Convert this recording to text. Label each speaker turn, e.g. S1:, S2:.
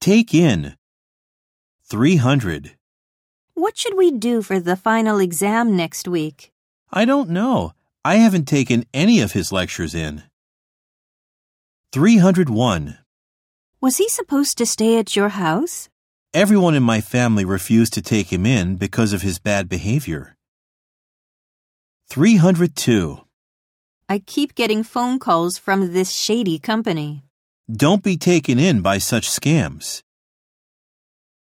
S1: Take in 300.
S2: What should we do for the final exam next week?
S1: I don't know. I haven't taken any of his lectures in. 301.
S2: Was he supposed to stay at your house?
S1: Everyone in my family refused to take him in because of his bad behavior. 302.
S2: I keep getting phone calls from this shady company.
S1: Don't be taken in by such scams.